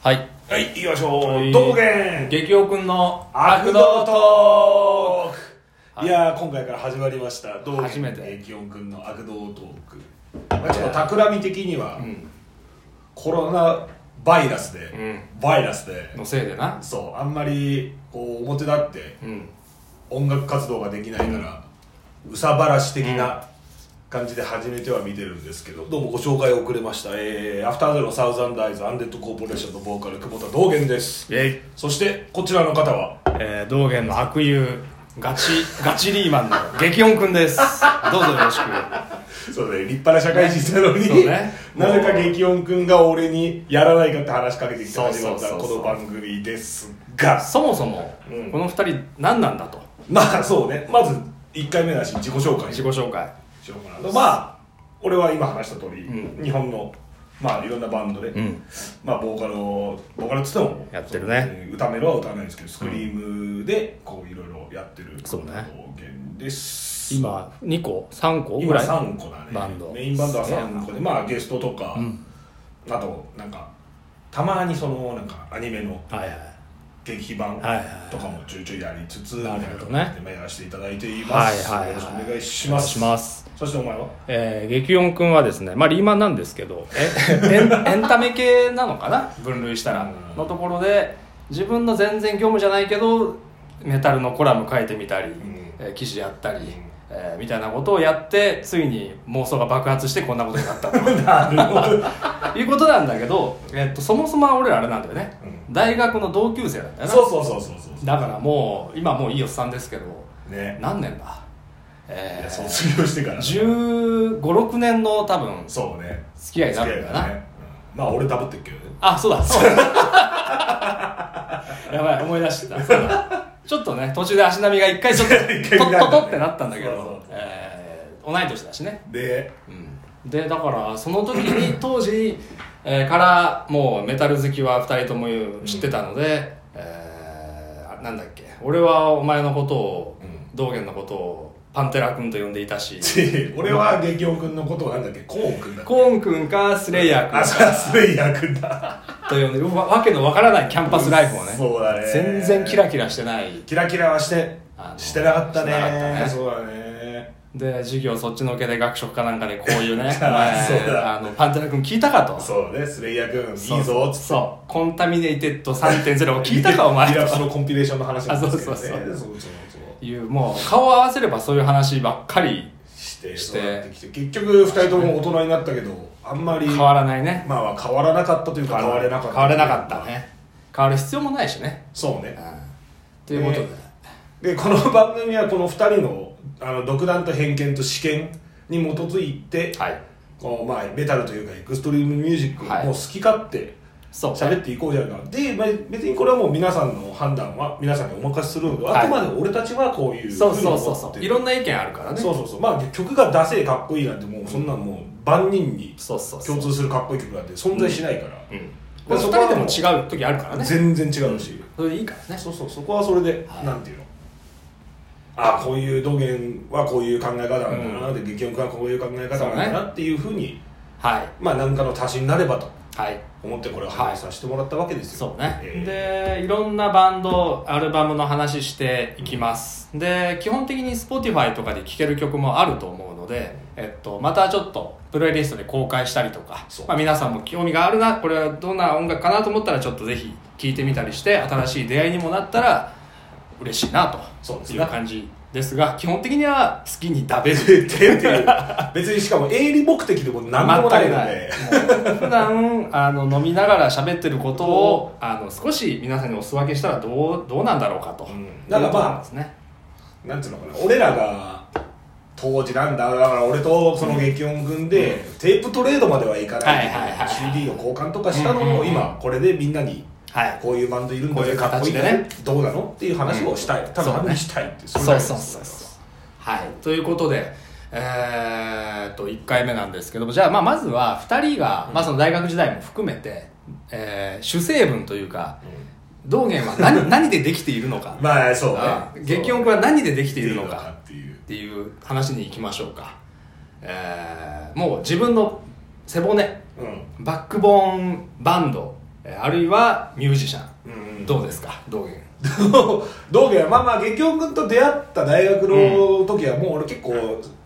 はいはい、行きましょう。道元激おくんの悪道トーはク。いいやー、今回から始まりました。道初め元て激音くんの悪道トーク。まあ、ちょっと企み的には、コロナバイラスで、うバイラスで、のせいでなそう、あんまりこう表立ってうん音楽活動ができないから、うさばらし的な感じで始めては見てるんですけど、どうもご紹介遅れました。えー、アフターゼロサウザンダイズアンデッドコーポレーションのボーカル、久保田道元です。えそしてこちらの方はー、道元の悪友ガチ ガチリーマンの激音くんですどうぞよろしくそうね立派な社会人なのに、そうね なぜか激音くんが俺にやらないかって話しかけてきてそう始そまうっそうそたうこの番組ですがそもそも、うんこの二人何なんだとまあそうねまず1回目だし自己紹介し自己よ紹介うかなまあ俺は今話した通り、うん日本のまあいろんなバンドで、んまあボーカルをボーカルっつってもやってるねそうです歌メロは歌わないんですけどスクリームでこういろいろやってるそうね方言です今2個3個ぐ今らい3個だねバンドメインバンドはすげえな3個でまあゲストとか、うんあとなんかたまにそのなんかアニメのはいはい劇版はいはいとかもちょいちょいやりつつみたないるなほこどとねでまあやらせていただいていまはいす、はいよろしくはいお願いしますお願いしますそしてお前は えー、激音くんはですね、まあ、リーマンなんですけどえ エンエンタメ系なのかな分類したらうんのところで自分の全然業務じゃないけどメタルのコラム書いてみたり、えー記事やったり、えーみたいなことをやってついに妄想が爆発してこんなことになった となるほ どいうことなんだけど、えっとそもそもは俺らあれなんだよね、大学の同級生なんだよなそうそうそうそうそうだからもう今もういいおっさんですけどね何年だえいーや卒業してから1 5 6年の多分そうね付き合いになるんだな、付き合いねうんまあ俺ダブってっけどねあそう だそうだ やばい思い出してたそうだちょっとね途中で足並みが一回ちょっと 一回トッ乱れたねトトってなったんだけそうそうど、えー同い年だしね、で うん、でだからその時に当時、えーからもうメタル好きは2人とも知ってたので、えーあなんだっけ俺はお前のことを、う道元のことをパンテラ君と呼んでいたし 俺は激音くんのことをなんだっけコーンくんだっけコーン君かスレイヤー君あかそうスレイヤーくんだというねわわけのわからないキャンパスライフをねそうだね全然キラキラしてないキラキラはしてあのしてなかったねしてなかったねそうだねで授業そっちのけで学食かなんかでこういうねあ そうだあのパンテラ君聞いたかとそうねスレイヤーくんそういいぞっつってそうコンタミネイテッド3.0を聞いた かお前リラプスとのコンピレーションの話なんですけどねあそうそうそうそうそうそういうもう顔を合わせればそういう話ばっかりしてして育ってきて結局二人とも大人になったけどあんまり変わらないねまあ変わらなかったというか変われなかった変われなかったね変わる必要もないしねそうねうんということで、でこの番組はこの二人のあの独断と偏見と試験に基づいて、はいこうまあ、メタルというかエクストリームミュージックはいをもう好き勝手そう喋っていこうじゃないかで、まあ、別にこれはもう皆さんの判断は皆さんにお任せするので、はいあくまで俺たちはこういうそうそうそうそういろんなな意見あるからねそうそうそうまあ曲がダセえかっこいいなんてもうそんなんもう万人にそうそうそう共通するかっこいい曲なんて存在しないから、うんまあ2そこは人でも違う時あるからね全然違うし、それでいいからねそうそうそこはそれで、はいなんていうのあこういう道元はこういう考え方なんだな、で激音君はこういう考え方なんだそうなっていうふうにはいまあ何かの足しになればとはい思ってこれを話させてもらったわけですよ、そうね、えでいろんなバンドアルバムの話していきます、で基本的に Spotify とかで聴ける曲もあると思うので、えっと、またちょっとプレイリストで公開したりとかそう、まあ、皆さんも興味があるなこれはどんな音楽かなと思ったらちょっとぜひ聴いてみたりして新しい出会いにもなったら嬉しいなとそうですいねう感じですが基本的には好きに食べるーっていう別にしかも営利目的でも何でもないので全くない普段あの飲みながら喋ってることをあの少し皆さんにお裾分けしたらどうどうなんだろうかと、うんだかいらまあうことなんですねなんつうのかな俺らが当時なんだだから俺とその激音軍で、テープトレードまではいかないけど、はいはいはいはい CD を交換とかしたのを今これでみんなにはいこういうバンドいるんこうだいうよかっこ形いいでねねどうなのっていう話をしたい、ただそうね話したいってそうれそうだけそうそうはいということでえーっと1回目なんですけどもじゃあまあまずは2人が、まあ、その大学時代も含めて、えー主成分というか道元は何 何でできているのか、まあそうねあ激音くんは何でできているのそうかねっていうっていう話に行きましょうか、えーもう自分の背骨うんバックボーンバンドえーあるいはミュージシャン、うんうんどうですか道元 道芸はまあまあ月京君と出会った大学の時はもう俺結構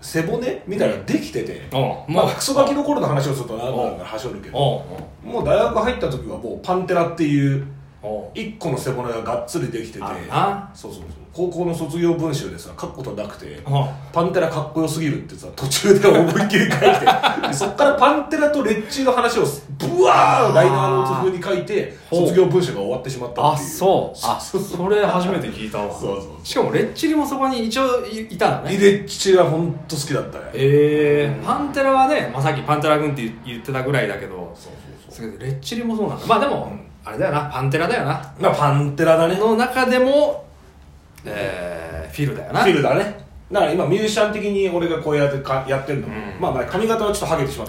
背骨みたいなのできてて、おうまもあうクソガキの頃の話をすると長くなるからはしょるけどおうもう大学入った時はもうパンテラっていうおうおう一個の背骨ががっつりできててあるなそうそうそう高校の卒業文集でさ書くことなくておうパンテラかっこよすぎるってさ途中で思いっきり書いて でそっからパンテラとレッチーの話をブワーライナーノート風に書いてほう卒業文集が終わってしまったあっていうそうあそうそうそれ初めて聞いたわそうそうしかもレッチリもそこに一応いいたのリねレッチは本当好きだったねえー、パンテラはね、まあ、さっきパンテラ君って言ってたぐらいだけどそうそうそだけどレッチリもそうなんだまあでも、うんあれだよなパンテラだよなうまあパンテラだねの中でも、えー、フィルだよなフィルだねだから今ミュージシャン的に俺がこうやってかやってるの、んまあまあ髪型はちょっとハゲてしまっ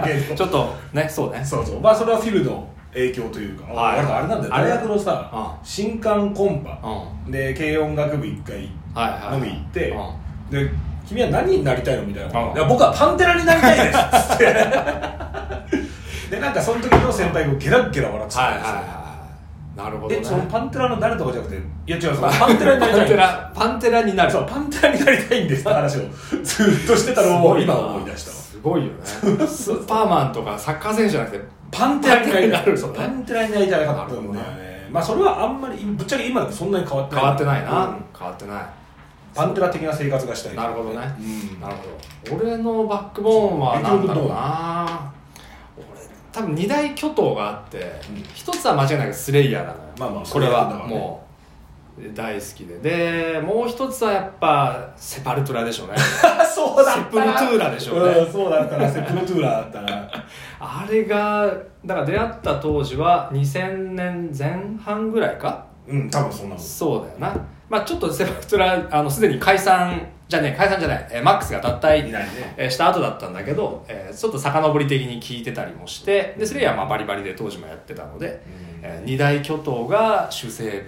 現状ちょっとねそうねそうそうまあそれはフィルの影響というか、はいなんかあれなんだよあれ大学のさ、う新刊コンうんパ、はで軽音楽部一回いはい飲み行って、うんで君は何になりたいのみたいな、うんいや僕はパンテラになりたいですっつって でなんかその時の先輩がゲラッゲラ笑ってたはいんはいですよ、はいなるほど、ね、でそのパンテラの誰とかじゃなくていや違うそのパンテラになりたいパンテラパンテラになるそうパンテラになりたいんですって話をずっとしてたのを今思い出したわすごいよねスーパーマンとかサッカー選手じゃなくてパンテテララににななりたりたいいそうパンテラになりたいなかったんだよねまあそれはあんまりぶっちゃけ今だとそんなに変わってな変いわってないな、うん変わってなパンテラ的な生活がしたいいなるほどね、うんなるほど俺のバックボーンは何だろうな俺多分二大巨頭があってうん一、つは間違いなくスレイヤーなのよ、まあまあこれスレイヤーはだわねもう大好きででもう一つはやっぱセパルトラでし ょうねあ そうだっセたプルトゥーラでしょうねうんそうだったなセプルトゥーラだったなあれがだから出会った当時は2000年前半ぐらいかうん多分そんなもんそうだよな、まあ、ちょっとセパルトラあのすでに解散じゃねえ解散じゃない、えーマックスが脱退いないねえーした後だったんだけど、えーちょっと遡り的に聞いてたりもしてでそれはまあバリバリで当時もやってたので、えー二大巨頭が主成分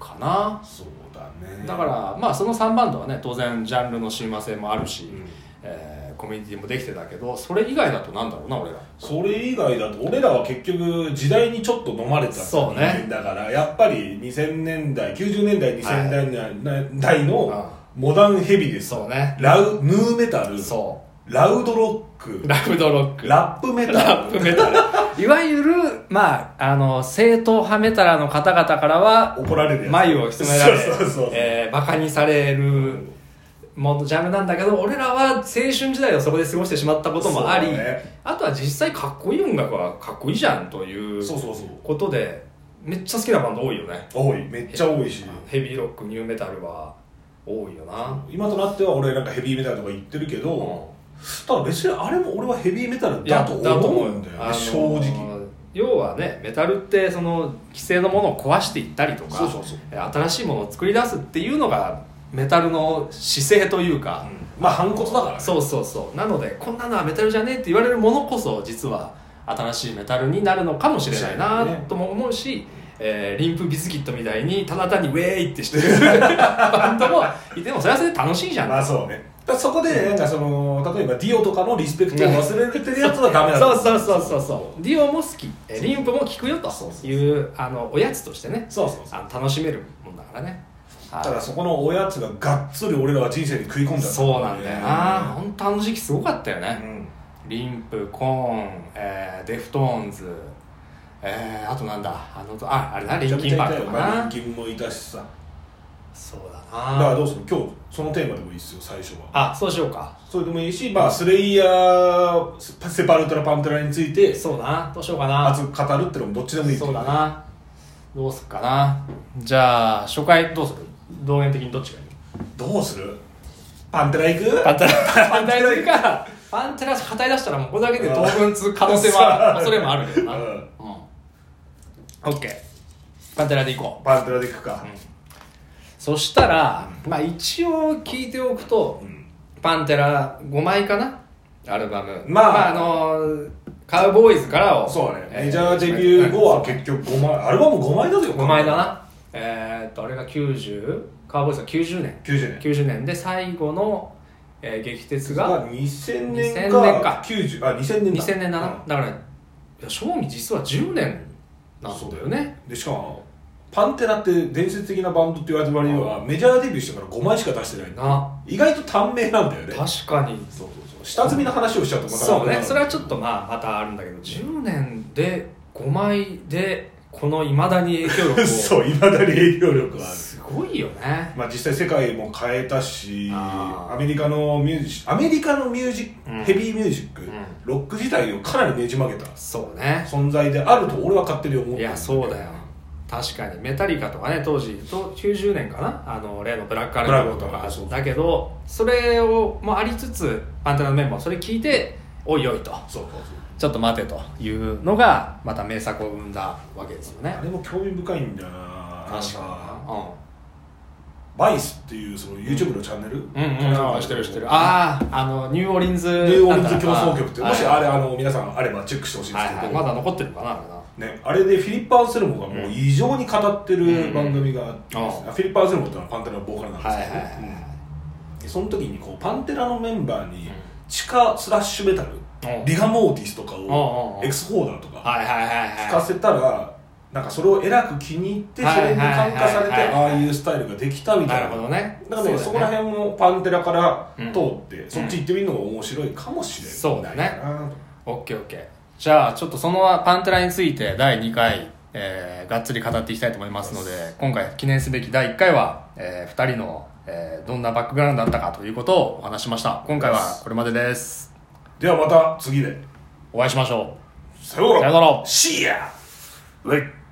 かなそうだねだからまあその3バンドはね当然ジャンルの親和性もあるし、うんえーコミュニティもできてたけどそれ以外だとなんだろうな俺らそれ以外だと俺らは結局時代にちょっと飲まれた人そうね間だから、やっぱり2000年代90年代2000年代年代のモダンヘビーですそうねラウヌーメタルそラウドロッうクラブドロックラップメタルラップメタルいわゆるまああの正統派メタラーの方々からは怒られるやつ眉をひつめられそうそうそうえーバカにされるものジャンルなんだけど俺らは青春時代をそこで過ごしてしまったこともあり、そうねあとは実際かっこいい音楽はかっこいいじゃんというそうそうそうことでめっちゃ好きなバンド多いよね多いめっちゃ多いしヘビーロックニューメタルは多いよな今となっては俺なんかヘビーメタルとか言ってるけど、ただ別にあれも俺はヘビーメタルいやだと思うんだよあねの正直要はねメタルってその既成のものを壊していったりとかそうそうそうえ新しいものを作り出すっていうのがメタルの姿勢というか、まあ反骨だからねそうそうそうなのでこんなのはメタルじゃねえって言われるものこそ実は新しいメタルになるのかもしれないなねとも思うし、えーリンプビスキットみたいにただ単にウェーイってしてるバンドもいてもそれはそれで楽しいじゃん、まあそうねだからそこでなんかその例えばディオとかのリスペクトを忘れてるやつはダメなんだそうそうそうそうそうディオも好きえリンプも聞くよというあのおやつとしてねそうそうそうあの楽しめるもんだからねはいただそこのおやつががっつり俺らは人生に食い込んじゃったそうなんだよな本当あの時期すごかったよね、うんリンプコーン、えーデフトーンズ、えーあとなんだあのああれなリンキンパークとかまあなリンキンもいたしさそうだからだなどうする今日そのテーマでもいいっすよ最初はあそうしようかそれでもいいしまあスレイヤースセパルトラパンテラについてそうだなどうしようかな熱く語るってのもどっちでもいいそうだなどうすっかなじゃあ初回どうする動員的にどっちがいいどうするパンテラ行くパンテラ パンテラするかパンテラ語り出したらもうこれだけで当分つ可能性も あるうん恐れもあるけどなううんん OK パンテラでいこうパンテラで行くかそしたら、まあ、一応聞いておくと、パンテラ5枚かなアルバムまああ、あのカウボーイズからをそうだねえーメジャーデビュー後は結局5枚アルバム5枚だぜ5枚だなえーっとあれが90カウボーイズが90年90年90年で最後の、えー激鉄がが2000 2000年年かか90あ2000年だ2000年だな、だからいや正味実は10年なんだよねでしかもパンテラって伝説的なバンドって言われてる割にはメジャーデビューしてから5枚しか出してないんだな意外と短命なんだよ確ねかにそうそうそう下積みの話をしちゃうとまたそうねそれはちょっとまあまたあるんだけど10年で5枚でこのいまだに影響力を そういまだに影響力があるすごいよねまあ、実際世界も変えたしあーアメリカのミュージアメリカのミュージック、うんヘビーミュージック、んロック自体をかなりねじ曲げたそうね存在であると俺は勝手に思っているやそうだよ確かにメタリカとかね当時と90年かなあの例のブラックアルバムとブラックアかルバムだけどそれをもありつつパンテラのメンバーもそれ聞いておいおいとそうそうそうちょっと待てというのがまた名作を生んだわけですよねあれも興味深いんだよな確なんかかにうんバイスっていうその YouTube のチャンネル、うんうん、してるしてるあああのニューオーリンズニューオーリンズ競争曲ってはいもしあれあの皆さんあればチェックしてほしいんではすいけど、はいまだ残ってるのかなあれなね、あれでフィリップ・アンセルモがもう異常に語ってる番組があって、うんうんフィリップ・アンセルモってのはパンテラのボーカルなんですはいけはいど、はいうんその時にこうパンテラのメンバーにうん地下スラッシュメタル、うんリガモーティスとかうんうんをうんエクスホーダーとかはいはいはいはい聞かせたらなんかそれをえらく気に入ってそはいはいれに感化されてはいはいああいうスタイルができたみたいななるほどねだからねそそうこだらよね辺もパンテラからうん通って、そっち行ってみるのも面白いかもしれないそうだねなとオッケーオッケーじゃあちょっとそのパンテラについて第2回、えーがっつり語っていきたいと思いますので今回記念すべき第1回は、え2人の、えーどんなバックグラウンドだったかということをお話ししました今回はこれまでですではまた次でお会いしましょさよううなさよらなら See ya! Right.